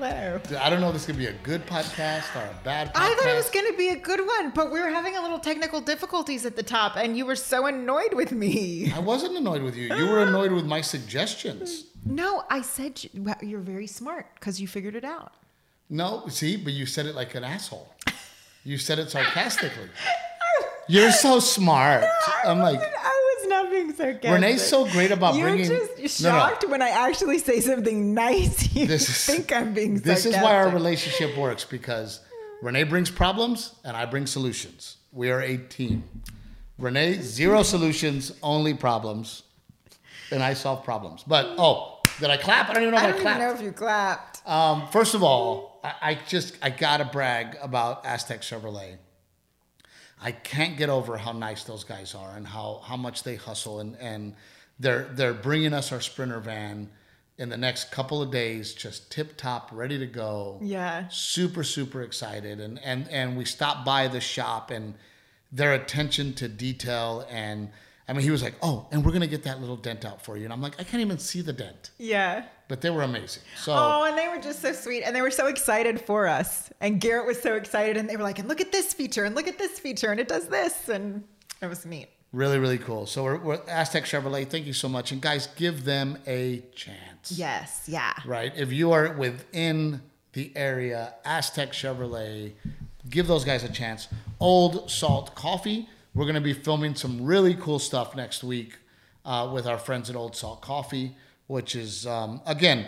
I don't know if this could be a good podcast or a bad podcast. I thought it was going to be a good one, but we were having a little technical difficulties at the top, and you were so annoyed with me. I wasn't annoyed with you. You were annoyed with my suggestions. No, I said you- well, you're very smart because you figured it out. No, see, but you said it like an asshole. You said it sarcastically. You're so smart. I'm like, I was not being sarcastic. Renee's so great about You're bringing. just No, no. shocked when I actually say something nice. You This is- think I'm being This sarcastic. is why our relationship works because Renee brings problems and I bring solutions. We are a team. Renee, zero solutions, only problems. And I solve problems. But oh, did I clap? I don't even know if I I, don't even clapped. know if you clapped. Um, first of all, I, I just I gotta brag about Aztec Chevrolet. I can't get over how nice those guys are and how how much they hustle and and they're they're bringing us our Sprinter van in the next couple of days, just tip top, ready to go Yeah. super super excited and and and we stopped by the shop and their attention to detail and i mean he was like oh and we're gonna get that little dent out for you and i'm like i can't even see the dent Yeah. but they were amazing so Oh, and they were just so sweet. And they were so excited for us. And Garrett was so excited. And they were like, and look at this feature, and look at this feature, and it does this. And it was neat. really really cool so we're, we're aztec chevrolet thank you so much and guys give them a chance Yes. Yeah. right if you are within the area aztec chevrolet give those guys a chance old salt coffee we're going to be filming some really cool stuff next week uh, with our friends at old salt coffee which is um, again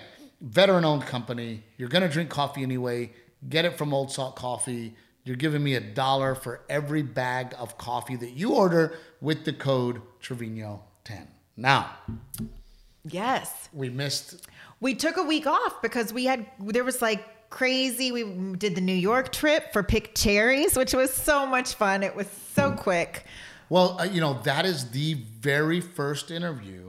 veteran owned company you're going to drink coffee anyway get it from old salt coffee you're giving me a dollar for every bag of coffee that you order with the code trevino 10 now Yes. we missed We took a week off because we had, there was like crazy. We did the New York trip for Pick Cherries, which was so much fun. It was so quick. Well, uh, you know, that is the very first interview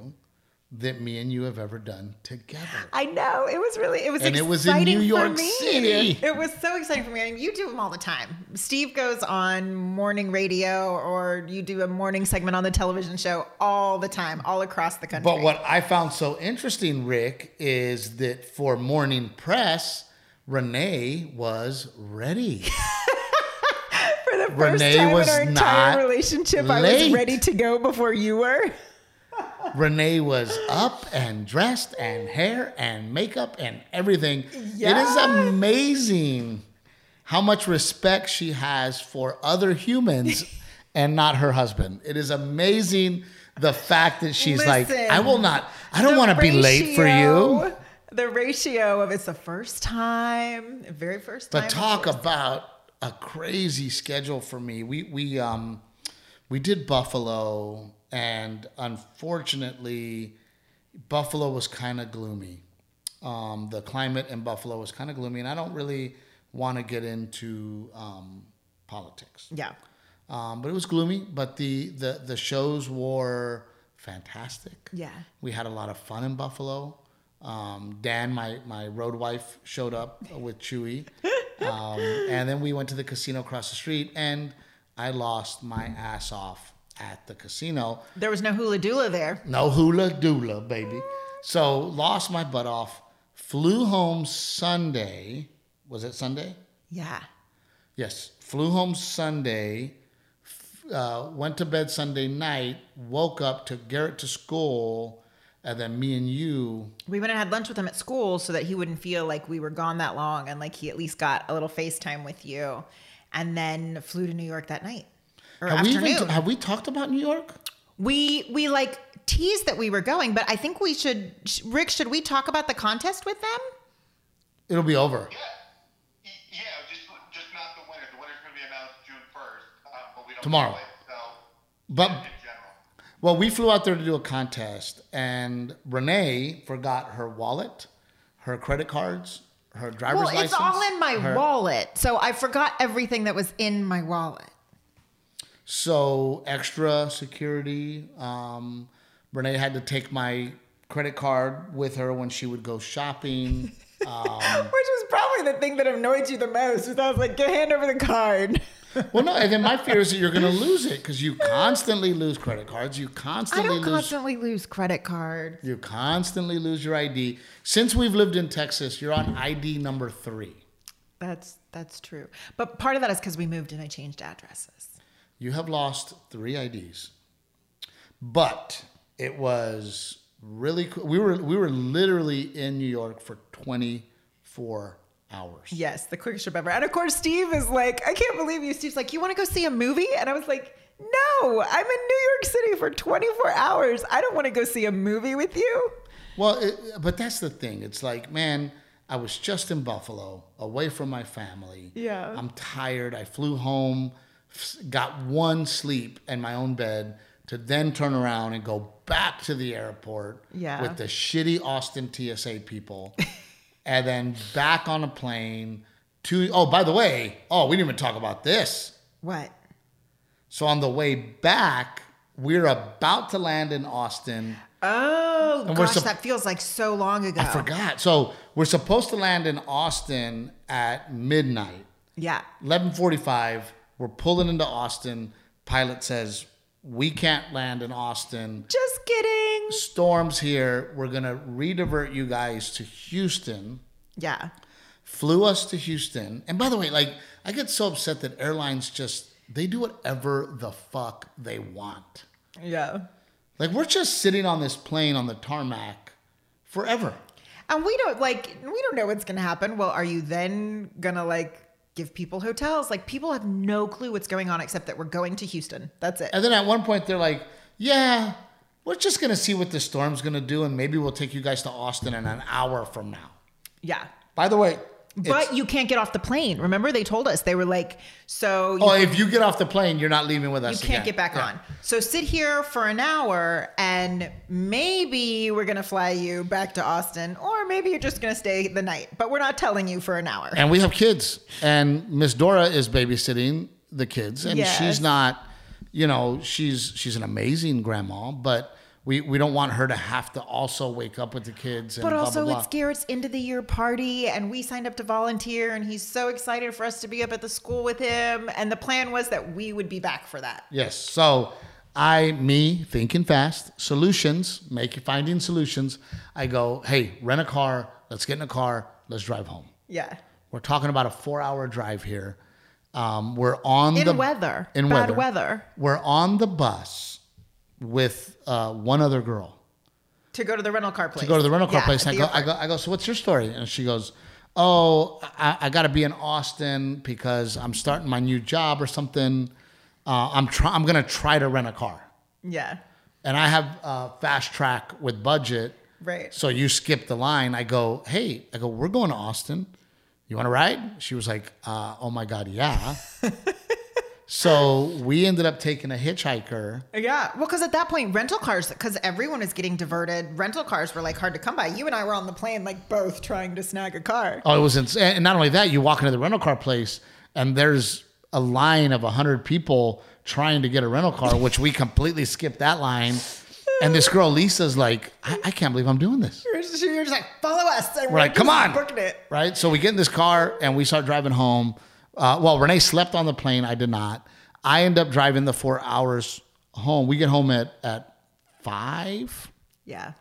that me and you have ever done together. I know. It was really, it was And it was in exciting New for York me. City. It was so exciting for me. I mean, you do them all the time. Steve goes on morning radio or you do a morning segment on the television show all the time, all across the country. But what I found so interesting, Rick, is that for morning press, Renee was ready. for the first Renee time was in our not entire relationship, I late. was ready to go before you were. Renee was up and dressed and hair and makeup and everything. It is Yes. amazing how much respect she has for other humans and not her husband. It is amazing the fact that she's like, Listen, I will not, I don't The want to be late for you. ratio- The ratio of it's the first time, very first time. But talk about a crazy schedule for me. We we um we did Buffalo and unfortunately Buffalo was kind of gloomy. Um, the climate in Buffalo was kind of gloomy, and I don't really want to get into um, politics. Yeah. Um, but it was gloomy. But the the the shows were fantastic. Yeah. we had a lot of fun in Buffalo. Um, Dan, my my road wife, showed up with Chewy, um, and then we went to the casino across the street, and I lost my ass off at the casino. There was no hula doula there. No hula doula, baby. So lost my butt off. Flew home Sunday. Was it Sunday? Yeah. Yes. Flew home Sunday. f- Uh, went to bed Sunday night. Woke up, took Garrett to school, and then me and you. We went and had lunch with him at school so that he wouldn't feel like we were gone that long and like he at least got a little FaceTime with you and then flew to New York that night or Have we, afternoon. even, We, have we talked about New York? we like teased that we were going, but I think we should sh- Rick, should we talk about the contest with them? It'll be over. Yeah, Y- yeah, just just not the winner. The winner's going to be announced June first, uh, but we don't Tomorrow. know it. So But in general, Well, we flew out there to do a contest, and Renee forgot her wallet, her credit cards, her driver's Well, license. it's all in my her- wallet. So I forgot everything that was in my wallet. So extra security. Um, Renee had to take my credit card with her when she would go shopping. Which was probably the thing that annoyed you the most was I was like, go hand over the card. Well, no, and then my fear is that you're going to lose it because you constantly lose credit cards. You I constantly don't lose. constantly lose credit cards. you constantly lose your ID. Since we've lived in Texas, you're on ID number three. That's that's true. But part of that is because we moved and I changed addresses. You have lost three IDs. But it was really cool. We were we were literally in New York for 24 hours. Yes, the quickest trip ever. And of course, Steve is like, I can't believe you. Steve's like, you want to go see a movie? And I was like, no, I'm in New York City for 24 hours. I don't want to go see a movie with you. Well, it, but that's the thing. It's like, man, I was just in Buffalo, away from my family. Yeah. I'm tired. I flew home, f- got one sleep in my own bed to then turn around and go back to the airport Yeah. with the shitty Austin TSA people and then back on a plane to Oh, by the way, oh, we didn't even talk about this. What? So on the way back, we're about to land in Austin. Oh, And we're gosh, sup- that feels like so long ago. I forgot. So we're supposed to land in Austin at midnight, Yeah. eleven forty-five. We're pulling into Austin. Pilot says we can't land in Austin. Just kidding. Storms here. We're gonna redivert you guys to Houston. Yeah. Flew us to Houston. And by the way, like I get so upset that airlines just they do whatever the fuck they want. Yeah. Like we're just sitting on this plane on the tarmac forever. And we don't like we don't know what's gonna happen. Well, are you then gonna like give people hotels? Like people have no clue what's going on except that we're going to Houston. That's it. And then at one point they're like, "Yeah, we're just gonna see what the storm's gonna do, and maybe we'll take you guys to Austin in an hour from now." Yeah. By the way, But it's- you can't get off the plane. Remember they told us they were like, so you, oh, if you get off the plane, you're not leaving with you us. can't again. get back Yeah. on. So sit here for an hour and maybe we're gonna fly you back to Austin, or maybe you're just gonna stay the night. But we're not telling you for an hour. And we have kids, and Miss Dora is babysitting the kids, and Yes. she's not, you know, she's she's an amazing grandma, but. We, we don't want her to have to also wake up with the kids and But blah, also, blah, blah. it's Garrett's end of the year party, and we signed up to volunteer, and he's so excited for us to be up at the school with him. And the plan was that we would be back for that. Yes. So I, me, thinking fast, solutions, make finding solutions. I go, hey, rent a car. Let's get in a car. Let's drive home. Yeah. We're talking about a four-hour drive here. Um, we're on In the weather. in Bad weather. weather. We're on the bus with uh, one other girl. To go to the rental car place. Go to the rental car Yeah, place. at And I the go, I go, I go. So what's your story? And she goes, Oh, I, I got to be in Austin because I'm starting my new job or something. Uh, I'm try- I'm gonna try to rent a car. airport. Yeah. and I have uh, fast track with budget. Right. So you skip the line. I go, hey, I go, we're going to Austin. You want to ride? She was like, uh, oh my God, yeah. so we ended up taking a hitchhiker. Yeah. Well, because at that point, rental cars, because everyone is getting diverted, rental cars were like hard to come by. You and I were on the plane, like both trying to snag a car. Oh, it was insane. And not only that, you walk into the rental car place and there's a line of 100 people trying to get a rental car, which we completely skipped that line. And this girl, Lisa's like, I, I can't believe I'm doing this. You're just, you're just like, follow us. And We're like, come just on. Booking it. Right? So we get in this car and we start driving home. Uh, well, Renee slept on the plane. I did not. I end up driving the four hours home. We get home at, at five. Yeah.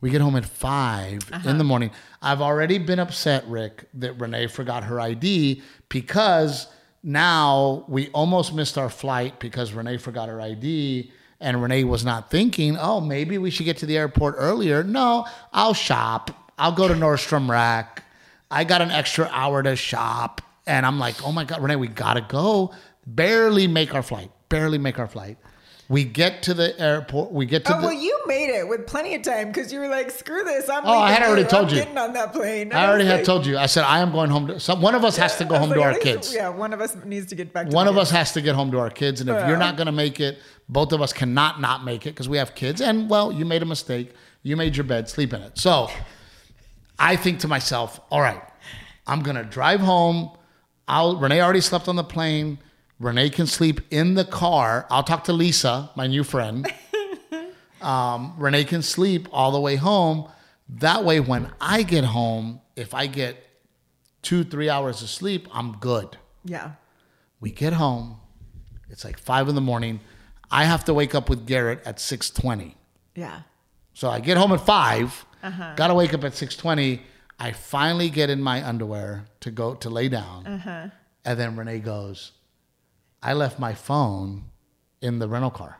We get home at 5 in the morning. I've already been upset, Rick, that Renee forgot her ID because now we almost missed our flight because Renee forgot her ID and Renee was not thinking, oh, maybe we should get to the airport earlier. No, I'll shop. I'll go to Nordstrom Rack. I got an extra hour to shop. And I'm like, oh my God, Renee, we gotta go. Barely make our flight. Barely make our flight. We get to the airport. We get to Oh the. well, you made it with plenty of time because you were like, "Screw this! I'm Oh, I leaving had already too. told I'm you. getting on that plane." I already was had like- told you. I said I am going home. To, some, one of us has to go I home was like, to at our least- kids. Yeah, one of us needs to get back. to One the of us has to get home to our kids, and if you're not going to make it, both of us cannot not make it because we have kids. And well, you made a mistake. You made your bed, sleep in it. So I think to myself, all right, I'm going to drive home. I'll Renee already slept on the plane. Renee can sleep in the car. I'll talk to Lisa, my new friend. Um, Renee can sleep all the way home. That way, when I get home, if I get two, three hours of sleep, I'm good. Yeah, We get home. It's like five in the morning. I have to wake up with Garrett at six twenty. Yeah. So I get home at 5 Gotta wake up at six twenty. I finally get in my underwear to go to lay down, and then Renee goes, "I left my phone in the rental car,"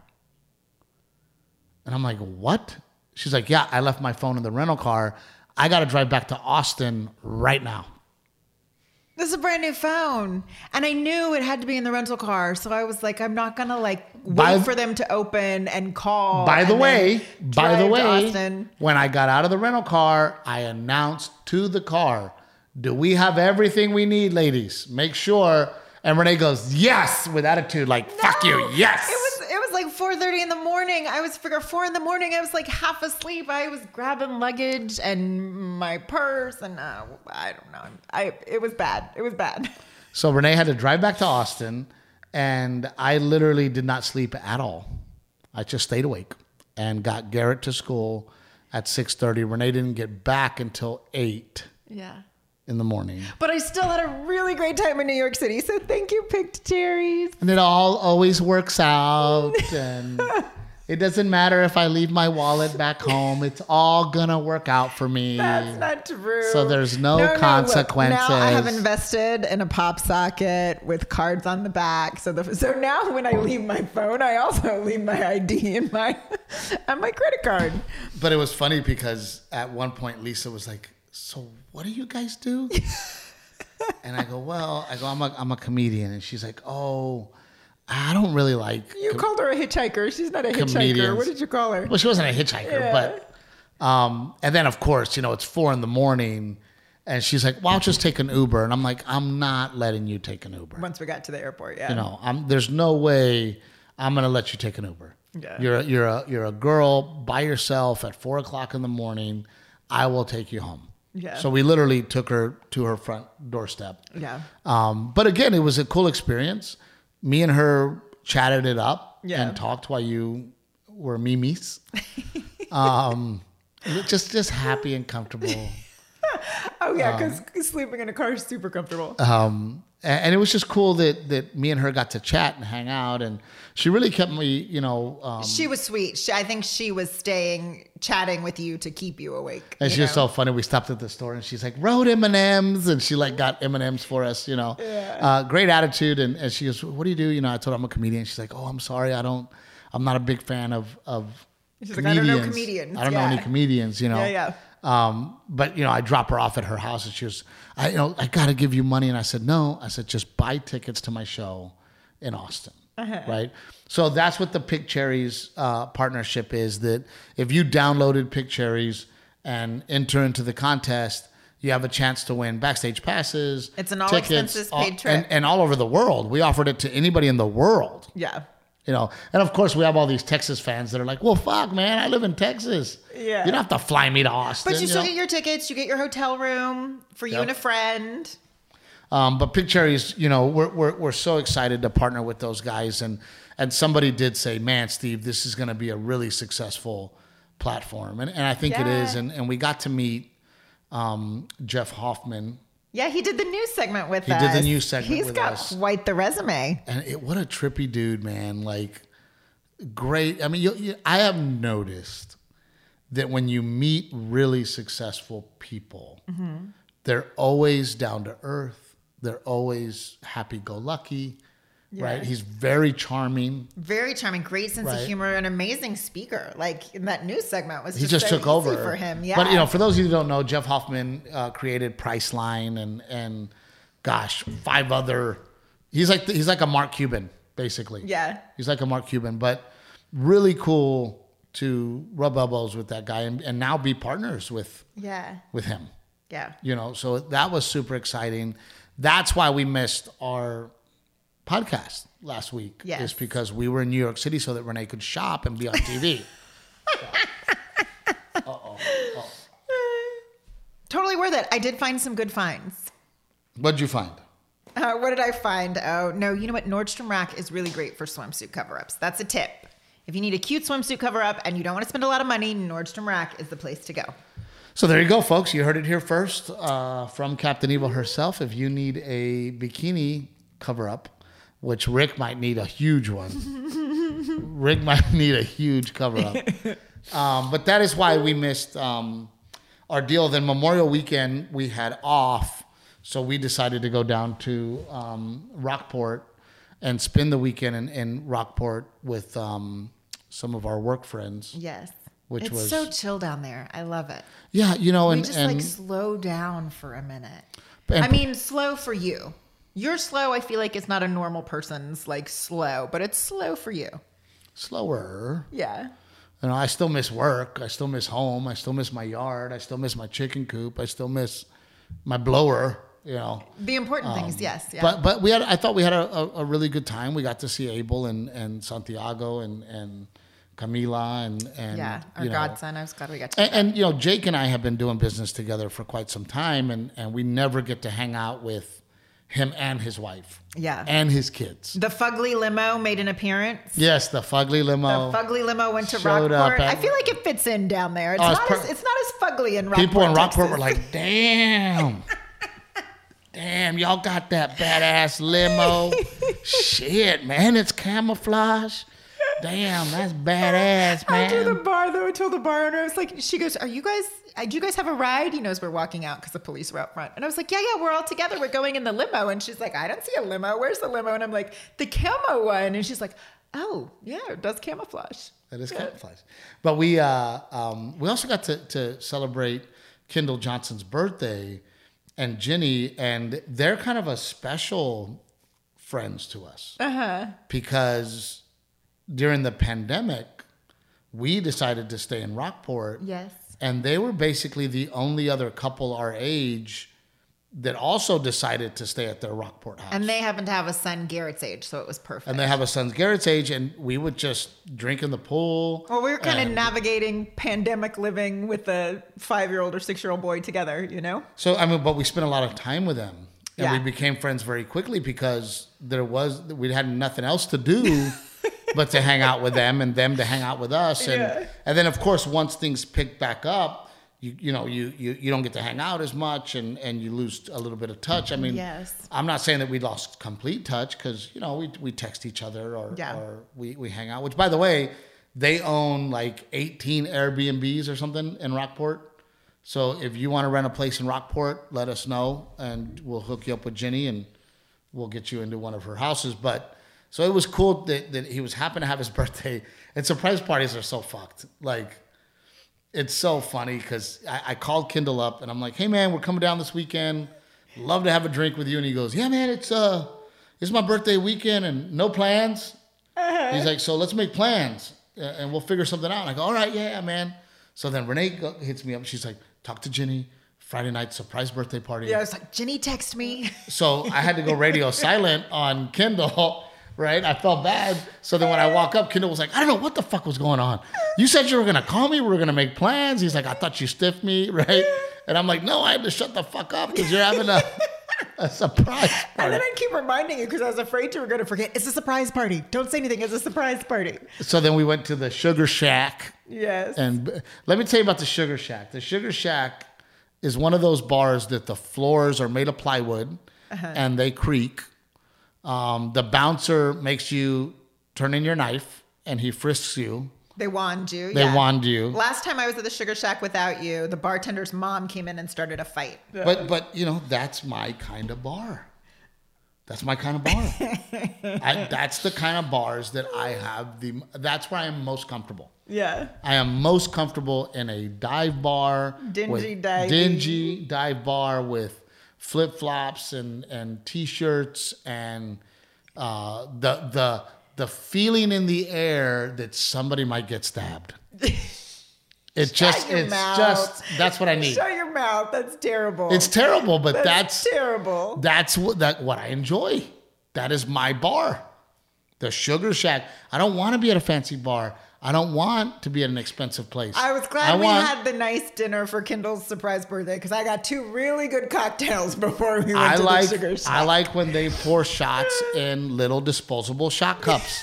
and I'm like, "What?" She's like, "Yeah, I left my phone in the rental car. I gotta drive back to Austin right now." This is a brand new phone. And I knew it had to be in the rental car. So I was like, I'm not going to like wait By- for them to open and call. By the Oh, and then way, by the drive to way, Austin. when I got out of the rental car, I announced to the car, "Do we have everything we need, ladies? Make sure." And Renee goes, "Yes," with attitude, like "Fuck you, yes." It was it was like 4:30 in the morning. I was figure 4 in the morning. I was like half asleep. I was grabbing luggage and my purse and uh, I don't know. I it was bad. It was bad. so Renee had to drive back to Austin, and I literally did not sleep at all. I just stayed awake and got Garrett to school at six thirty. Renee didn't get back until eight Yeah. in the morning. But I still had a really great time in New York City. So thank you, Picked Terry's. and it all always works out and it doesn't matter if i leave my wallet back home it's all gonna work out for me That's not true. Mm. So there's no look, consequences. now I have invested in a pop socket with cards on the back. So the so now when I leave my phone, I also leave my ID and my and my credit card. but it was funny because at one point lisa was like so what do you guys do and i go well i go i'm a, I'm a comedian and she's like oh i don't really like You called her a hitchhiker. She's not a hitchhiker. Comedians. What did you call her? Well, she wasn't a hitchhiker, but um, and then of course, you know, it's four in the morning, and she's like, "Well, I'll just take an Uber," and I'm like, "I'm not letting you take an Uber. Once we got to the airport, yeah. You know, I'm, there's no way I'm gonna let you take an Uber. Yeah. You're a, you're a you're a girl by yourself at four o'clock in the morning. I will take you home." Yeah. So we literally took her to her front doorstep. Yeah. Um, but again, it was a cool experience. Me and her chatted it up Yeah. and talked while you were memes. um, just just happy and comfortable. Oh yeah, because Um, sleeping in a car is super comfortable. A- And it was just cool that that me and her got to chat and hang out, and she really kept me, you know. Um, she was sweet. She, I think she was staying chatting with you to keep you awake. and you she was know? so funny. We stopped at the store, and she's like, "Road M and M's," and she like got M and M's for us. You know, uh, great attitude. And, and she goes, "What do you do?" You know, I told her I'm a comedian. She's like, "Oh, I'm sorry, I don't. I'm not a big fan of of She's like, "I don't comedians. know comedians." I don't know Yeah. any comedians. You know, Yeah, yeah. Um, but you know, I drop her off at her house, and she was, I you know, I gotta give you money, and I said no. I said just buy tickets to my show in Austin, Uh-huh. right? So that's what the Pick Cherries uh, partnership is. That if you downloaded Pick Cherries and enter into the contest, you have a chance to win backstage passes. It's an all tickets, expenses all- paid trip. and, and all over the world. We offered it to anybody in the world. yeah. You know, and of course we have all these Texas fans that are like, "Well, fuck, man, I live in Texas. Yeah. you don't have to fly me to Austin." But you you still know? get your tickets. You get your hotel room for you Yep. and a friend. Um, but Pink Cherries, you know, we're, we're, we're so excited to partner with those guys. And, and somebody did say, man, Steve, this is going to be a really successful platform. And, and I think it is. Yeah. And, and we got to meet um, Jeff Hoffman. Yeah, he did the news segment with He us. did the news segment He's with got us. quite the resume. And it, what a trippy dude, man. Like, great. I mean, you, you, I have noticed that when you meet really successful people, Mm-hmm. they're always down to earth, they're always happy go lucky. Right, he's very charming. Very charming, great sense Right. of humor, an amazing speaker. Like in that news segment was He just, just so took easy over for him. Yeah, But you know, for those of you who don't know, Jeff Hoffman uh, created Priceline and and gosh, five other. He's like he's like a Mark Cuban basically. Yeah. He's like a Mark Cuban, but really cool to rub elbows with that guy and, and now be partners with yeah, with him. yeah. You know, so that was super exciting. That's why we missed our podcast last week. Yes. Is because we were in New York City so that Renee could shop and be on TV. Totally worth it. I did find some good finds. What'd you find? Uh, what did I find? Oh, no, you know what? Nordstrom Rack is really great for swimsuit cover ups. That's a tip. If you need a cute swimsuit cover up and you don't want to spend a lot of money, Nordstrom Rack is the place to go. So there you go, folks. You heard it here first uh, from Captain Evil herself. If you need a bikini cover up, which Rick might need a huge one. Rick might need a huge cover up. um, but that is why we missed um, our deal. Then Memorial Weekend we had off, so we decided to go down to um, Rockport and spend the weekend in, in Rockport with um, some of our work friends. Yes. Which it's was- so chill down there. I love it. Yeah, you know, We and just and like slow down for a minute. And- I mean, slow for you. You're slow. I feel like it's not a normal person's like slow, but it's slow for you. slower. Yeah. You know, I still miss work. I still miss home. I still miss my yard. I still miss my chicken coop. I still miss my blower. You know, The important things, yes. Yeah. Um, but but we had. I thought we had a, a, a really good time. We got to see Abel and, and Santiago and and Camila and and yeah. Our you know, godson. I was glad we got to. and, and you know, Jake and I have been doing business together for quite some time, and and we never get to hang out with him and his wife. Yeah. and his kids. the Fugly limo made an appearance. Yes, the fugly limo. The Fugly limo went to Showed up Rockport. at- I feel like it fits in down there. It's, Oh, it's not, per- as, it's not as fugly in Rockport. People in Rockport Texas. were like, damn. damn, y'all got that badass limo. Shit, man, it's camouflage. Damn, that's badass, After the man. bar, though, I told the bar owner, I was like, she goes, Are you guys, uh, do you guys have a ride? He knows we're walking out because the police were out front. And I was like, Yeah, yeah, we're all together. We're going in the limo. And she's like, I don't see a limo. Where's the limo? And I'm like, The camo one. And she's like, Oh, yeah, it does camouflage. That is camouflage. But we uh, um, we also got to, to celebrate Kendall Johnson's birthday and Jenny, and they're kind of a special friends to us. Uh-huh. Because during the pandemic, we decided to stay in Rockport. Yes. and they were basically the only other couple our age that also decided to stay at their Rockport house. And they happen to have a son Garrett's age, so it was perfect. And they have a son's Garrett's age, and we would just drink in the pool. well, we were kind and- of navigating pandemic living with a five year old or six year old boy together, you know? So I mean, but we spent a lot of time with them, and we Yeah. became friends very quickly because there was we had nothing else to do but to hang out with them and them to hang out with us, and Yeah. and then of course once things picked back up. You, you know you, you you don't get to hang out as much and and you lose a little bit of touch. I mean, Yes. I'm not saying that we lost complete touch because you know we we text each other or Yeah. or we we hang out. Which by the way, they own like 18 Airbnbs or something in Rockport. So if you want to rent a place in Rockport, let us know and we'll hook you up with Jenny and we'll get you into one of her houses. But so it was cool that, that he was happy to have his birthday. And surprise parties are so fucked. Like it's so funny because I, I called Kendall up and I'm like, hey man, we're coming down this weekend. Love to have a drink with you. And he goes, yeah man, it's uh, it's my birthday weekend and no plans. He's like, so let's make plans uh, and we'll figure something out. And I go, all right, yeah, man. So then Renee go, hits me up. She's like, talk to Jenny. Friday night surprise birthday party. Yeah, I was like, Jenny, text me. So I had to go radio silent on Kendall, right? I felt bad. So then when I walk up, Kendall was like, I don't know what the fuck was going on. You said you were gonna call me, we were gonna make plans. He's like, I thought you stiffed me, right? And I'm like, no, I had to shut the fuck up because you're having a, a surprise And party. then I keep reminding you because I was afraid you were going to forget. It's a surprise party. Don't say anything. It's a surprise party. So then we went to the Sugar Shack. Yes. And b- let me tell you about the Sugar Shack. The Sugar Shack is one of those bars that the floors are made of plywood Uh-huh. and they creak. Um, the bouncer makes you turn in your knife and he frisks you. they wand you. They yeah. wand you. Last time I was at the Sugar Shack without you, the bartender's mom came in and started a fight. But but you know that's my kind of bar. That's my kind of bar. I, that's the kind of bars that I have the. That's where I am most comfortable. Yeah. I am most comfortable in a dive bar, Dingy with- divey. dingy dive bar with flip flops and and t-shirts and uh, the the the feeling in the air that somebody might get stabbed. It just your it's mouth. just that's what I need. Shut your mouth. That's terrible. It's terrible, but that's That's terrible. that's what that what I enjoy. That is my bar. The Sugar Shack. I don't want to be at a fancy bar. I don't want to be at an expensive place. I was glad we want- had the nice dinner for Kendall's surprise birthday because I got two really good cocktails before we went I to like the Sugar Shack. I like when they pour shots in little disposable shot cups.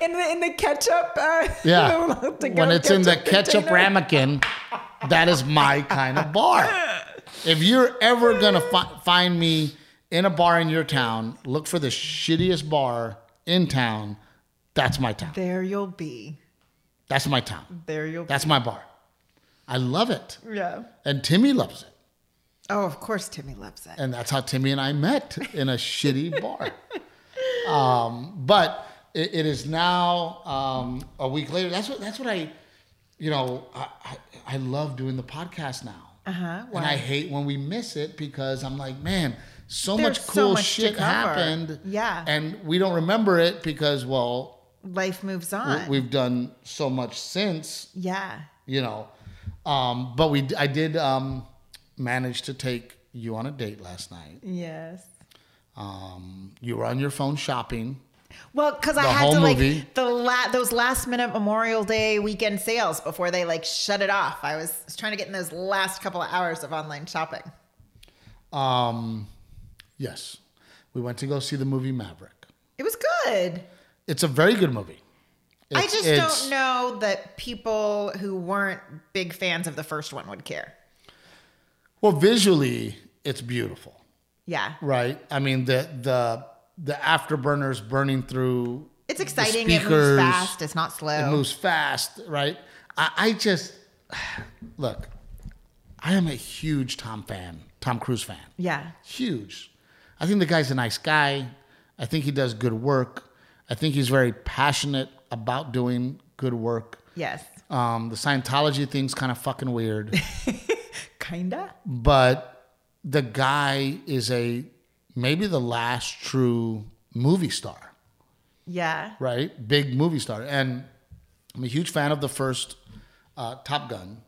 in the in the ketchup. Uh, Yeah. to-go when it's in the ketchup ketchup container. ramekin, that is my kind of bar. If you're ever going to fi- find me in a bar in your town, look for the shittiest bar in town, that's my town. There you'll be. That's my town. There you'll That's my bar. I love it. be. Yeah. And Timmy loves it. Oh, of course Timmy loves it. and that's how Timmy and I met in a shitty bar. Um, but it, it is now um, a week later. That's what that's what I, you know, I I, I love doing the podcast now, Uh-huh. and I Why? hate when we miss it because I'm like, man, so There's much so cool much to shit cover. happened, Yeah. and we don't remember it because well, Life moves we- on. we've done so much since yeah. you know. Um, but we I did um, manage to take you on a date last night. Yes. Um, you were on your phone shopping. Well, because I The had whole to like movie. the la- those last minute Memorial Day weekend sales before they like shut it off. I was, was trying to get in those last couple of hours of online shopping. Um, yes, we went to go see the movie Maverick. It was good. It's a very good movie. I It's- just it's- don't know that people who weren't big fans of the first one would care. Well, visually, it's beautiful, Yeah. right? I mean, the the the afterburners burning through. It's the exciting. It moves speakers. fast. It's not slow. It moves fast, right? I, I just look. I am a huge Tom fan, Tom Cruise fan. Yeah. huge. I think the guy's a nice guy. I think he does good work. I think he's very passionate about doing good work. Yes. Um, the Scientology thing's kind of fucking weird, Kinda. but the guy is a maybe the last true movie star, Yeah. right? Big movie star. And I'm a huge fan of the first uh, Top Gun.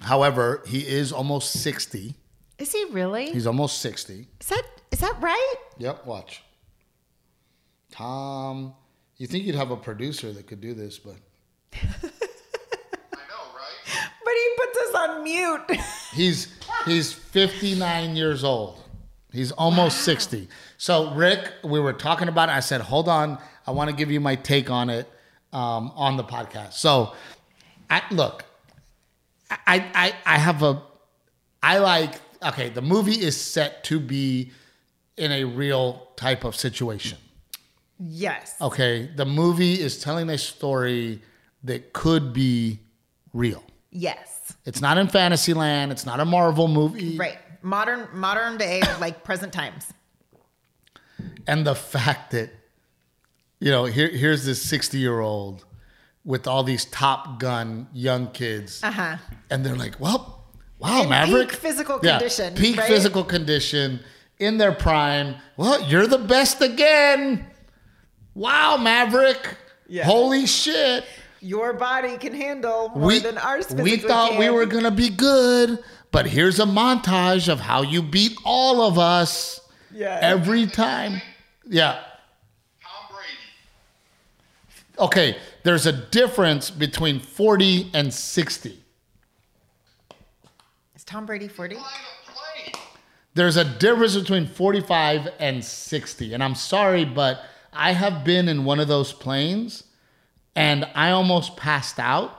However, he is almost 60. Is he really? He's almost 60. Is that is that right? Yep, watch. Tom, you think you'd have a producer that could do this, but I know, right? But he puts us on mute. he's he's 59 years old. He's almost 60. So Rick, we were talking about it. I said, "Hold on, I want to give you my take on it um, on the podcast." So, I look, I I I have a I like okay, the movie is set to be in a real type of situation. yes. Oh. Okay, the movie is telling a story that could be real. Yes. It's not in Fantasyland. It's not a Marvel movie. Right. Modern modern day like present times. And the fact that, you know, here, here's this 60 year old with all these Top Gun young kids. Uh-huh. And they're like, well, wow, In Maverick. peak physical Yeah, condition, Peak right? physical condition in their prime. Well, you're the best again. Wow, Maverick. Yeah. Holy shit. Your body can handle more than ours. we physically thought we can. were gonna be good, but here's a montage of how you beat all of us Yeah. every time. Yeah. Tom Brady. Okay, there's a difference between 40 and 60. Is Tom Brady 40? Flying a plane. There's a difference between 45 and 60. And I'm sorry, but I have been in one of those planes and I almost passed out.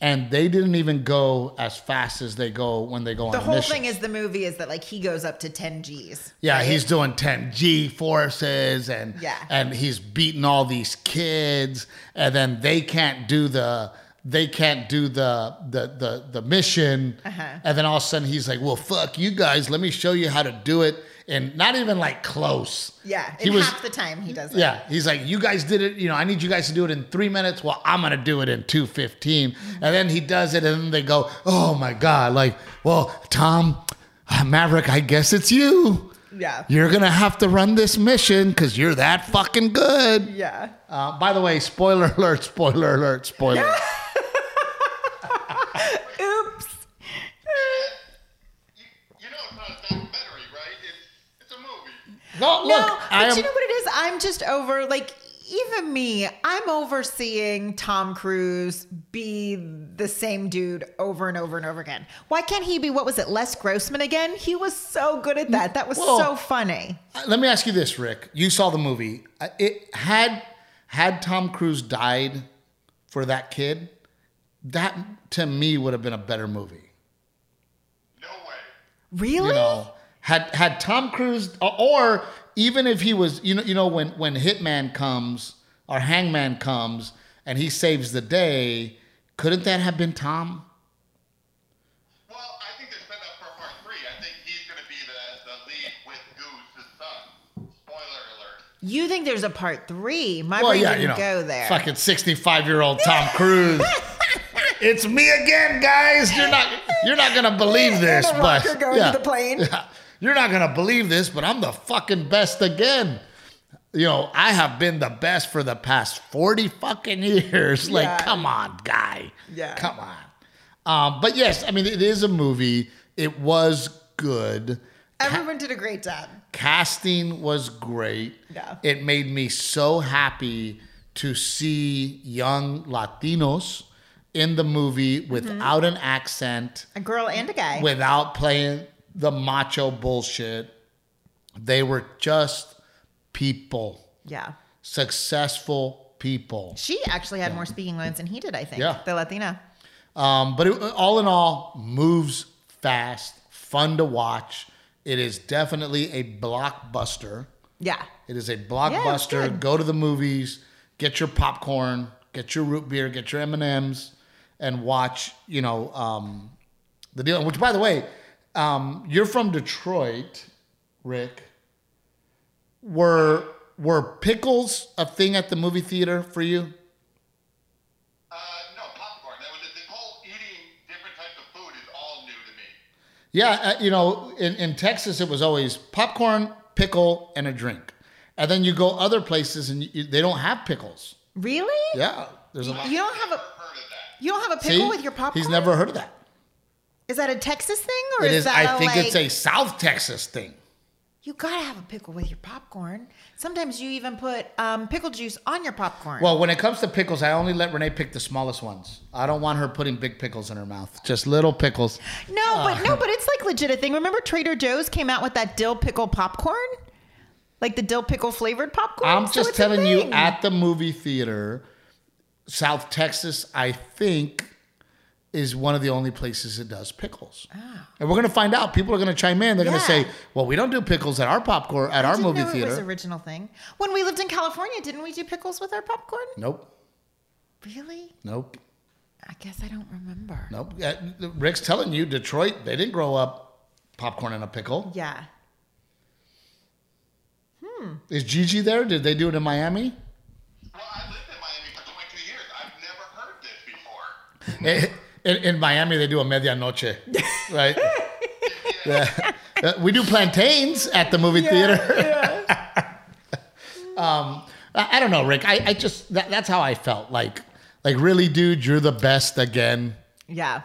And they didn't even go as fast as they go when they go The on whole missions. thing is the movie is that like he goes up to 10 G's. Yeah, he's doing 10 G forces and Yeah. and he's beating all these kids and then they can't do the they can't do the the the, the mission Uh-huh. and then all of a sudden he's like, "Well, fuck you guys, let me show you how to do it." And not even like close. Yeah. He And was half the time he does it. yeah, he's like, you guys did it. You know, I need you guys to do it in three minutes. Well, I'm gonna do it in two fifteen. Mm-hmm. And then he does it, and then they go, "Oh my god!" Like, well, Tom uh, Maverick, I guess it's you Yeah. you're gonna have to run this mission because you're that fucking good. Yeah. Uh, by the way, spoiler alert, spoiler alert, spoiler. alert. Oops. You, you know it's not a documentary, right? It's, it's a movie. No, No, look, but I am. you know what it is? I'm just over like even me, I'm overseeing Tom Cruise be the same dude over and over and over again. Why can't he be what was it, Les Grossman again? He was so good at that. That was Well- so funny. Uh, Let me ask you this, Rick. You saw the movie. Uh, It had had Tom Cruise died for that kid. That to me would have been a better movie. No way. Really? You know, had had Tom Cruise uh, or even if he was, you know, you know, when when Hitman comes or Hangman comes and he saves the day, couldn't that have been Tom? Well, I think they're set up for part three. I think he's going to be the, the lead with Goose, his son. Spoiler alert. You think there's a part three? My Well, brain yeah, didn't you know, go there. fucking sixty-five-year-old Tom Cruise. it's me again, guys. You're not, you're not gonna believe this, And the but rocker going to the plane. Yeah. You're not gonna believe this, but I'm the fucking best again. You know, I have been the best for the past forty fucking years. Like, Yeah. come on, guy. Yeah. come on. Um, but yes, I mean, it is a movie. It was good. Everyone did a great job. Casting was great. Yeah. It made me so happy to see young Latinos in the movie without an accent, A girl and a guy. without playing the macho bullshit. They were just people, yeah. successful people. She actually had more speaking lines than he did, I think. Yeah. The Latina. Um, but it, all in all, moves fast, fun to watch. It is definitely a blockbuster. Yeah. It is a Yeah, it's blockbuster. good. Go to the movies, get your popcorn, get your root beer, get your M and M's, and watch. You know um, the deal. Which, by the way, um, you're from Detroit, Rick. Were were pickles a thing at the movie theater for you? Uh, no, popcorn. That was it. The whole eating different types of food is all new to me. Yeah, uh, you know, in, in Texas, it was always popcorn, pickle, and a drink. And then you go other places and you, they don't have pickles. Really? Yeah, there's a lot. You don't have a Never heard of that. you don't have a See? pickle with your popcorn. He's never heard of that. Is that a Texas thing or It is is. that I a, think like, it's a South Texas thing. You gotta have a pickle with your popcorn. Sometimes you even put um, pickle juice on your popcorn. Well, when it comes to pickles, I only let Renee pick the smallest ones. I don't want her putting big pickles in her mouth. Just little pickles. no, but uh. no, but it's like legit a thing. Remember Trader Joe's came out with that dill pickle popcorn, like the dill pickle flavored popcorn. I'm So just it's a telling you, thing. at the movie theater, South Texas, I think, is one of the only places it does pickles. And we're gonna find out. People are gonna chime in. They're gonna Ah. Yeah. say, "Well, we don't do pickles at our popcorn at I our didn't movie know It was theater." original thing. When we lived in California, didn't we do pickles with our popcorn? nope, Really? nope, I guess I don't remember. nope. Uh, Rick's telling you, Detroit, they didn't grow up popcorn in a pickle. Yeah. Is Gigi there? Did they do it in Miami? Well, I lived in Miami for 22 years. I've never heard this in, before. Eh, in Miami, they do a medianoche, right? Yeah. Uh, We do plantains at the movie theater. um, I I don't know, Rick. I, I just that, that's how I felt. Like, like really, dude, you're the best again. Yeah.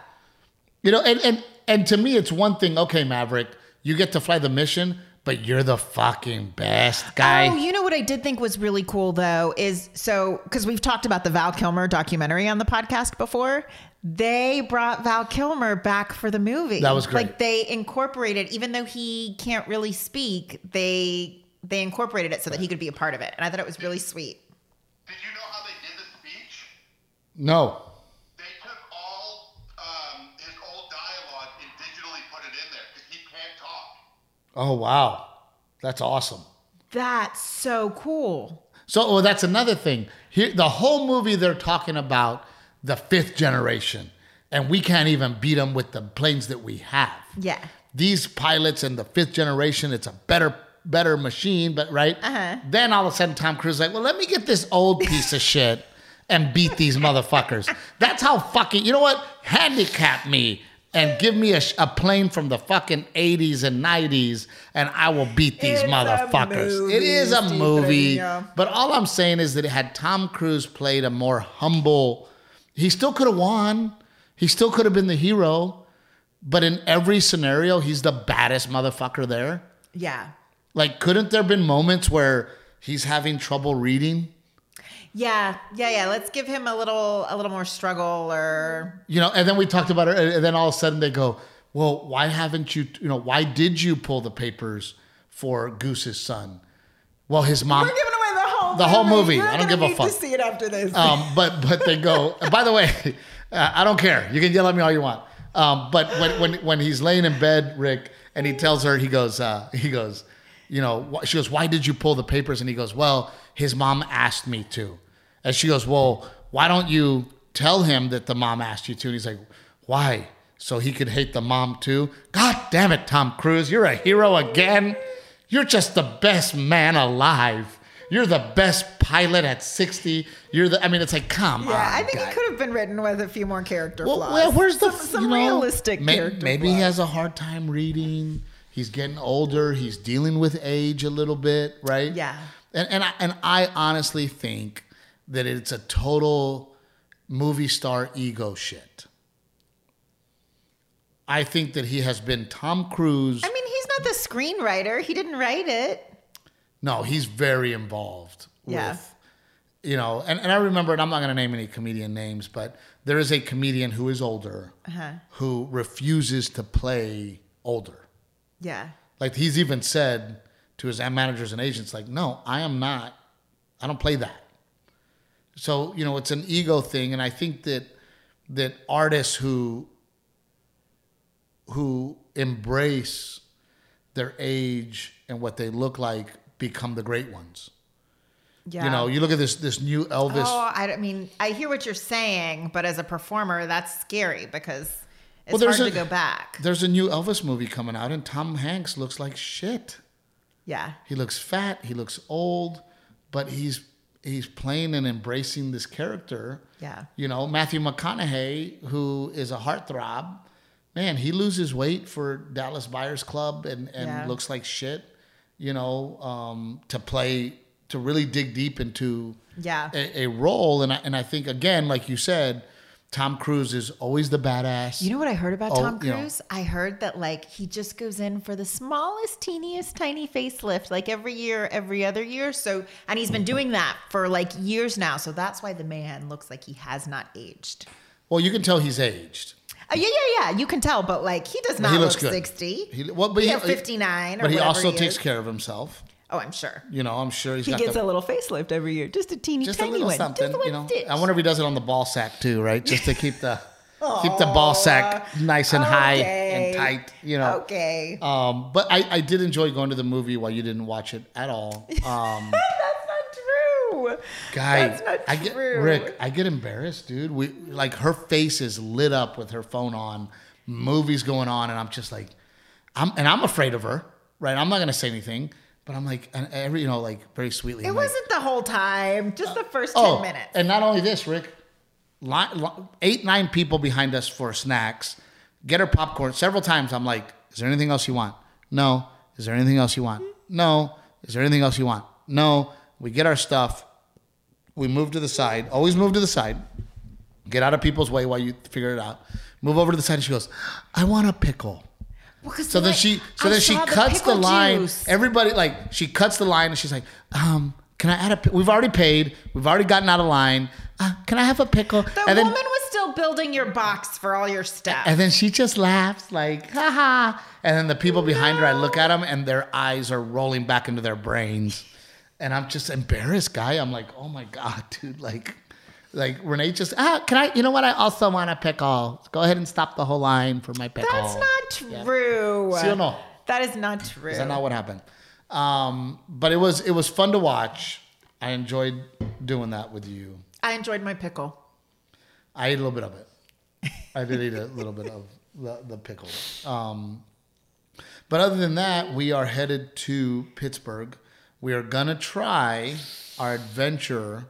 You know, and and and to me, it's one thing. Okay, Maverick, you get to fly the mission, but you're the fucking best guy. Oh, you know what I did think was really cool though is so because we've talked about the Val Kilmer documentary on the podcast before. They brought Val Kilmer back for the movie. That was great. Like they incorporated, even though he can't really speak, they they incorporated it so that he could be a part of it, and I thought it was really sweet. Did you know how they did the speech? No, They took all um, his old dialogue and digitally put it in there because he can't talk. oh wow, that's awesome. That's so cool. So well, that's another thing. Here, the whole movie they're talking about the fifth generation, and we can't even beat them with the planes that we have. Yeah. These pilots and the fifth generation, it's a better better machine, but right? Uh-huh. Then all of a sudden, Tom Cruise is like, well, let me get this old piece of shit and beat these motherfuckers. That's how fucking you know what? Handicap me. And give me a, sh- a plane from the fucking 80s and 90s, and I will beat these It's a motherfuckers. it is a movie, Steve movie. Trevino. But all I'm saying is that had Tom Cruise played a more humble, he still could have won. He still could have been the hero. But in every scenario, he's the baddest motherfucker there. Yeah. Like, couldn't there have been moments where he's having trouble reading? Yeah. Yeah. Yeah. Let's give him a little a little more struggle or You know, and then we talked about it, and then all of a sudden they go, Well, why haven't you, you know, why did you pull the papers for Goose's son? Well, his Oh mom. away the whole The whole movie. movie. You're I don't gonna give a need to fuck. see it after this. Um, but but they go. By the way, uh, I don't care. You can yell at me all you want. Um, but when, when when he's laying in bed, Rick, and he tells her, he goes, uh, he goes, you know, wh- she goes, why did you pull the papers? And he goes, well, his mom asked me to. And she goes, well, why don't you tell him that the mom asked you to? And he's like, why? So he could hate the mom too? God damn it, Tom Cruise, you're a hero again. You're just the best man alive. You're the best pilot at 60. You're the, I mean, it's like, come on. Yeah, I think guy. it could have been written with a few more character Ah, Well, flaws. well, where's the some, f- some you know, realistic may- character? Maybe flaws. he has a hard time reading. He's getting older. He's dealing with age a little bit, right? Yeah. And and I, and I honestly think that it's a total movie star ego shit. I think that he has been Tom Cruise. I mean, he's not the screenwriter. He didn't write it. No, he's very involved Yeah. with, you know, and, and I remember, and I'm not going to name any comedian names, but there is a comedian who is older Uh-huh. who refuses to play older. Yeah. Like he's even said to his managers and agents, like, no, I am not, I don't play that. So, you know, it's an ego thing. And I think that, that artists who, who embrace their age and what they look like become the great ones. Yeah. You know, you look at this this new Elvis. Oh, I don't- I mean, I hear what you're saying, but as a performer, that's scary because it's Well, there's hard to a- go back. There's a new Elvis movie coming out, and Tom Hanks looks like shit. Yeah. He looks fat. He looks old, but he's he's playing and embracing this character. Yeah. You know, Matthew McConaughey, who is a heartthrob, man, he loses weight for Dallas Buyers Club and and Yeah. looks like shit. You know, um, to play to really dig deep into Yeah. a, a role, and I, and I think again, like you said, Tom Cruise is always the badass. You know what I heard about Oh, Tom you know. Cruise? I heard that like he just goes in for the smallest, teeniest, tiny facelift, like every year, every other year. So, and he's Mm-hmm. been doing that for like years now. So that's why the man looks like he has not aged. well, you can tell he's aged. Uh, yeah, yeah, yeah. You can tell, but like he does But not he looks look good. sixty. He, well, but he- Yeah, 59 or But he whatever also he takes is. care of himself. oh, I'm sure. You know, I'm sure he's He got gets the, a little facelift every year, just a teeny just a tiny little one, something. just one You know, stitch. I wonder if he does it on the ball sack too, right? Just to keep the keep the ball sack nice and high and okay. tight. You know. okay, Um, but I, I did enjoy going to the movie while you didn't watch it at all. Um, that's not true. guy, that's not I get true. Rick. I get embarrassed, dude. We like her face is lit up with her phone on, movies going on, and I'm just like, I'm and I'm afraid of her, right? I'm not gonna say anything, but I'm like, and every you know, like very sweetly. It I'm like, wasn't the whole time, just the first ten oh, minutes. and not only this, Rick, li- li- eight nine people behind us for snacks. Get her popcorn several times. I'm like, is there anything else you want? No. Is there anything else you want? No. Is there anything else you want? No. We get our stuff. We move to the side. Always move to the side. Get out of people's way while you figure it out. Move over to the side. And she goes, I want a pickle. So then she, so then she cuts the, line. Everybody like she cuts the line, and she's like, um, "Can I add a? pi- We've already paid. We've already gotten out of line. Uh, can I have a pickle?" The and then, woman was still building your box for all your stuff. and then she just laughs like, "Ha ha!" And then the people behind her, I look at them, and their eyes are rolling back into their brains, and I'm just embarrassed, guy. I'm like, "Oh my god, dude!" Like, like Renee just, ah, can I? You know what? I also want a pickle. Go ahead and stop the whole line for my pickle. That's not true. See or no? That is not true. Oh, Is that not what happened? Um, but it was it was fun to watch. I enjoyed doing that with you. I enjoyed my pickle. I ate a little bit of it. I did eat a little bit of the, the pickle. Um, but other than that, we are headed to Pittsburgh. We are gonna try our adventure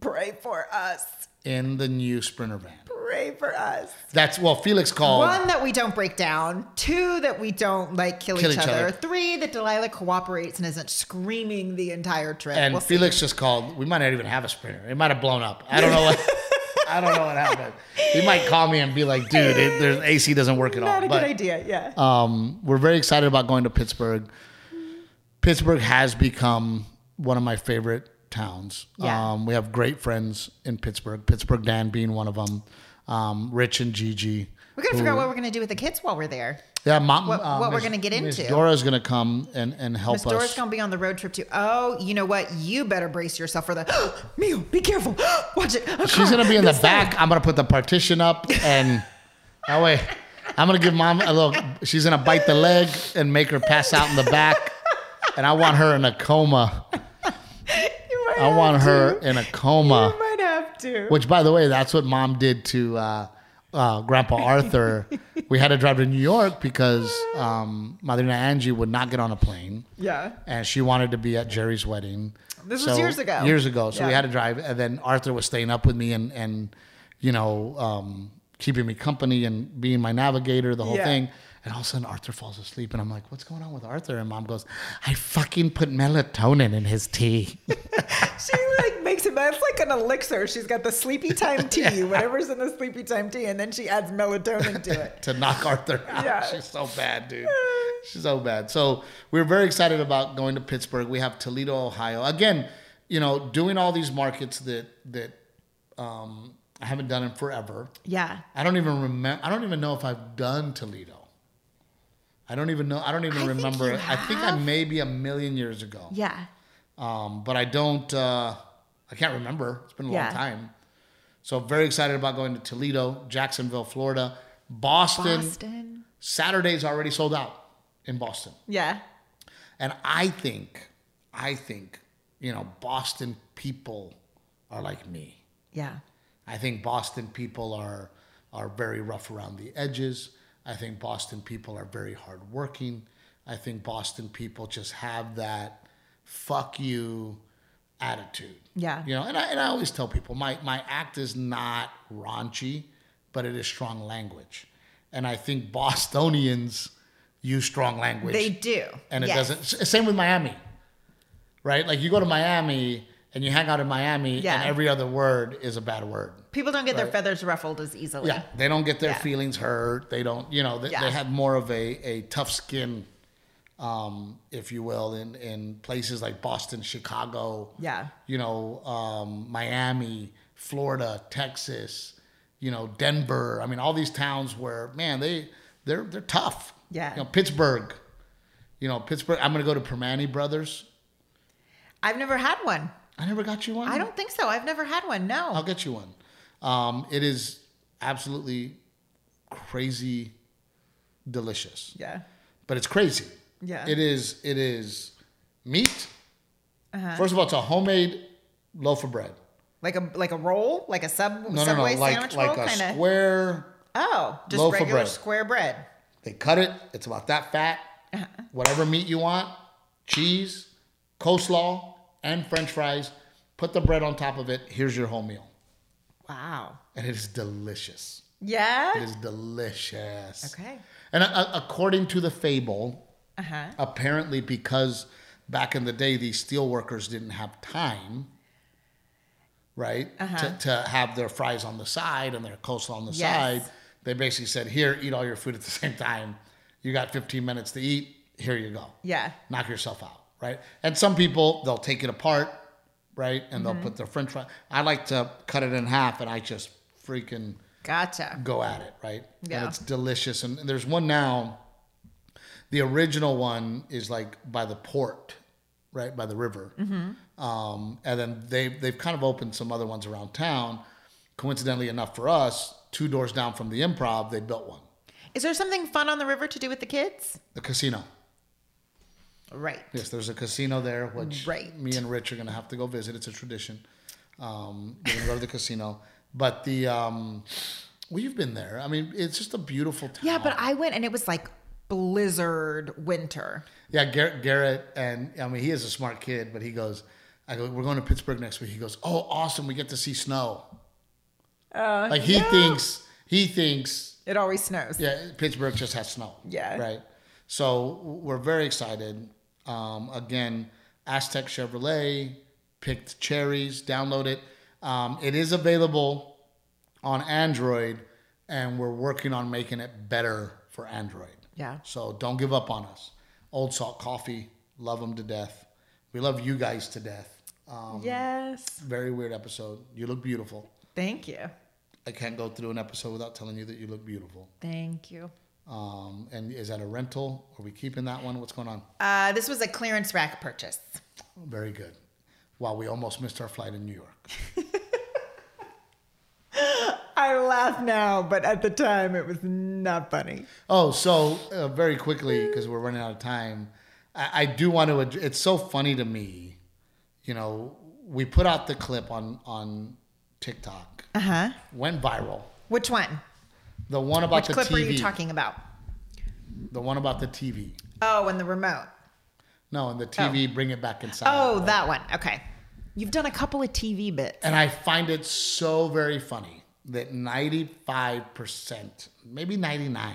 Pray for us. in the new Sprinter van. Pray for us. That's well, Felix called. One that we don't break down. Two that we don't like kill, each, other. Three that Delilah cooperates and isn't screaming the entire trip. And We'll see. Felix just called. We might not even have a sprinter. It might have blown up. I don't know what. I don't know what happened. He might call me and be like, "Dude, it, there's AC doesn't work at all." not a But good idea. Yeah. um, we're very excited about going to Pittsburgh. Pittsburgh has become one of my favorite towns. Yeah. Um, we have great friends in Pittsburgh. Pittsburgh Dan being one of them. Um, Rich and Gigi. we're gonna figure out what we're gonna do with the kids while we're there. Yeah, mom. what- uh, what we're Miss- gonna get Miss into. Dora's gonna come and and help Miss us. Dora's gonna be on the road trip too. Oh, you know what? You better brace yourself for the Mio. Be careful. Watch it. A She's car. gonna be in the This way. back. I'm gonna put the partition up, and that way, I'm gonna give mom a little. She's gonna bite the leg and make her pass out in the back. and I want her in a coma. You might I want have her to. in a You coma. might have to. Which, by the way, that's what mom did to uh, uh, Grandpa Arthur. we had to drive to New York because um, Madrina Angie would not get on a plane. Yeah. And she wanted to be at Jerry's wedding. This was years ago. Years ago. So we Yeah. had to drive. And then Arthur was staying up with me and, and you know, um, keeping me company and being my navigator, the whole Yeah. thing. And all of a sudden, Arthur falls asleep. And I'm like, what's going on with Arthur? And mom goes, I fucking put melatonin in his tea. She like makes it. That's like an elixir. She's got the sleepy time tea, whatever's in the sleepy time tea, and then she adds melatonin to it. to knock Arthur out. Yeah. She's so bad, dude. She's so bad. So we are very excited about going to Pittsburgh. We have Toledo, Ohio. Again, you know, doing all these markets that that um, I haven't done in forever. Yeah. I don't even remember. I don't even know if I've done Toledo. I don't even know. I don't even think remember. you I think I have. may be a million years ago. Yeah. Um, but I don't. Uh, I can't remember. It's been a Yeah. long time. So very excited about going to Toledo, Jacksonville, Florida, Boston. Boston. Saturday's already sold out in Boston. Yeah. And I think, I think, you know, Boston people are like me. Yeah. I think Boston people are are very rough around the edges. I think Boston people are very hardworking. I think Boston people just have that fuck you attitude. Yeah. You know, and I, and I always tell people my, my act is not raunchy, but it is strong language. And I think Bostonians use strong language They do. and it Yes. doesn't. s- Same with Miami, right? Like you go to Miami and you hang out in Miami, Yeah. and every other word is a bad word. People don't get their Right. feathers ruffled as easily. Yeah, they don't get their Yeah. feelings hurt. They don't, you know, they, Yeah. they have more of a, a tough skin, um, if you will, in, in places like Boston, Chicago, Yeah. you know, um, Miami, Florida, Texas, you know, Denver. I mean, all these towns where man, they they're they're tough. Yeah. you know, Pittsburgh. You know, Pittsburgh. I'm gonna go to Permani Brothers. I've never had one. I never got you one. I don't think so. I've never had one. No. Mm. I'll get you one. Um, it is absolutely crazy delicious, Yeah. but it's crazy. Yeah. It is. It is meat. Uh-huh. First of all, it's a homemade loaf of bread. Like a like a roll, like a sub No, no, no. subway Like sandwich like roll a kind of. square. Oh, just loaf of regular bread. square bread. They cut it. It's about that fat. Uh-huh. Whatever meat you want, cheese, coleslaw, and French fries. Put the bread on top of it. Here's your whole meal, Wow. and it is delicious. It Yeah. is delicious. Okay. And uh, according to the fable, Uh huh. apparently because back in the day these steel workers didn't have time right to, to have their fries on the side and their coleslaw on the Uh-huh. Yes. side they basically said here eat all your food at the same time you got 15 minutes to eat here you go Yeah. knock yourself out right and some people they'll take it apart right and Mm-hmm. they'll put their french fry i like to cut it in half and i just freaking Gotcha. go at it, right? Yeah. And it's delicious. And there's one now. The original one is like by the port, right by the river. Mm-hmm. Um, and then they they've kind of opened some other ones around town. Coincidentally enough for us, two doors down from the Improv, they built one, Is there something fun on the river to do with the kids? the casino. Right. Yes, there's a casino there, which Right. me and Rich are gonna have to go visit. It's a tradition. Um, we're gonna go to the casino, but the um, well, you've been there. I mean, it's just a beautiful town. Yeah, but I went and it was like blizzard winter. Yeah, Garrett, Garrett, and I mean, he is a smart kid, but he goes, I go, we're going to Pittsburgh next week. He goes, oh, awesome, we get to see snow. like he yeah. thinks, he thinks, It always snows. yeah, Pittsburgh just has snow. Yeah. Right. So we're very excited. Um, again, Aztec Chevrolet picked cherries, download it. Um, it is available on Android, and we're working on making it better for Android. Yeah. So don't give up on us. Old Salt Coffee, love them to death. We love you guys to death. Um, Yes. Very weird episode. You look beautiful. Thank you. I can't go through an episode without telling you that you look beautiful. Thank you. Um, and is that a rental? Are we keeping that one? What's going on? Uh, this was a clearance rack purchase. Very good. Wow, we almost missed our flight in New York. I laugh now, but at the time it was not funny. Oh, so uh, very quickly because we're running out of time. I, I do want to. ad- It's so funny to me. You know, we put out the clip on on TikTok, Uh huh. went viral. Which one? The one about Which the clip TV. were you talking about? The one about the TV. Oh, and the remote. No, and the TV. Bring it back inside. Oh, that one. Okay. You've done a couple of TV bits. And I find it so very funny that 95%, maybe 99%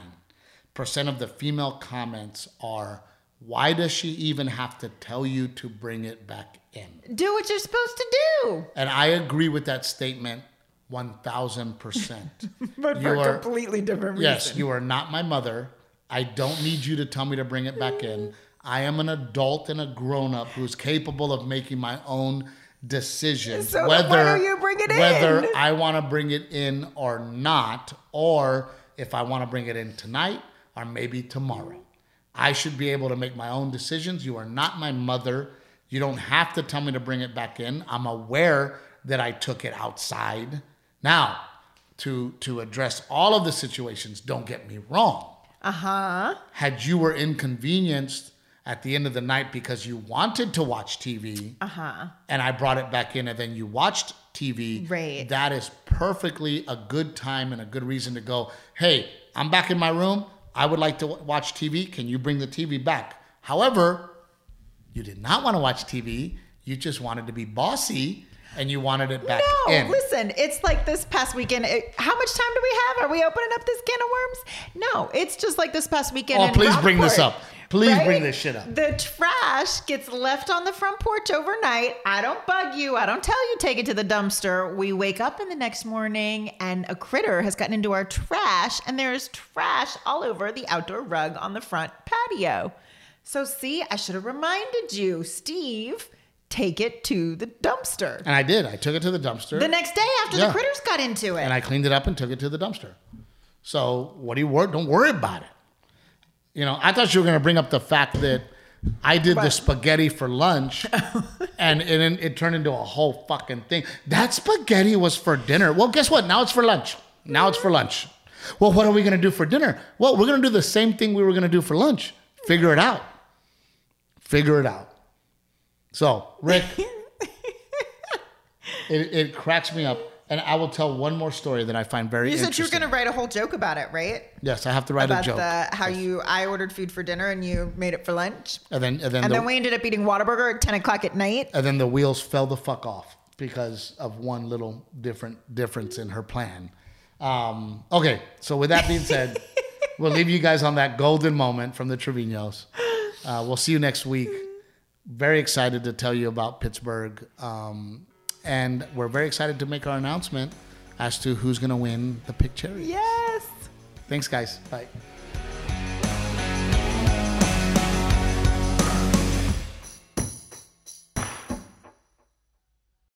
of the female comments are, why does she even have to tell you to bring it back in? Do what you're supposed to do. And I agree with that statement 1000%. But You for are- completely different yes, reasons. you are not my mother. I don't need you to tell me to bring it back in. I am an adult and a grown up who's capable of making my own decisions. So then why don't you bring it in? whether I want to bring it in or not, or if I want to bring it in tonight or maybe tomorrow. I should be able to make my own decisions. You are not my mother. You don't have to tell me to bring it back in. I'm aware that I took it outside. Now, to to address all of the situations, don't get me wrong. Uh-huh. Had you were inconvenienced at the end of the night because you wanted to watch TV, Uh-huh. and I brought it back in, and then you watched TV. Right. That is perfectly a good time and a good reason to go. Hey, I'm back in my room. I would like to w- watch TV. Can you bring the TV back? However, you did not want to watch TV. You just wanted to be bossy, and you wanted it back No, in. listen, it's like this past weekend. It- how much time do we have? Are we opening up this can of worms? No, it's just like this past weekend. oh, in please bring this Rockport, up. Please bring right? this shit up. The trash gets left on the front porch overnight. I don't bug you. I don't tell you take it to the dumpster. We wake up in the next morning and a critter has gotten into our trash and there's trash all over the outdoor rug on the front patio. So see, I should have reminded you, Steve, take it to the dumpster. And I did. I took it to the dumpster. The next day after Yeah. the critters got into it. and I cleaned it up and took it to the dumpster. So what do you worry? Don't worry about it. You know, I thought you were going to bring up the fact that I did the Right. spaghetti for lunch, and it, it, it turned into a whole fucking thing. That spaghetti was for dinner. Well, guess what? Now it's for lunch. Now it's for lunch. Well, what are we going to do for dinner? Well, we're going to do the same thing we were going to do for lunch. Figure it out. Figure it out. So, Rick, it, it cracks me up. And I will tell one more story that I find very you said interesting. you were going to write a whole joke about it, right? Yes, I have to write About a joke. the how you I ordered food for dinner and you made it for lunch. and then, and then, And the, then we ended up eating Whataburger at 10 o'clock at night. and then the wheels fell the fuck off because of one little different difference in her plan. Um, okay, so with that being said, we'll leave you guys on that golden moment from the Trevinos. Uh, we'll see you next week. Very excited to tell you about Pittsburgh, um, and we're very excited to make our announcement as to who's going to win the Pick Cherry. Yes. Thanks, guys. Bye.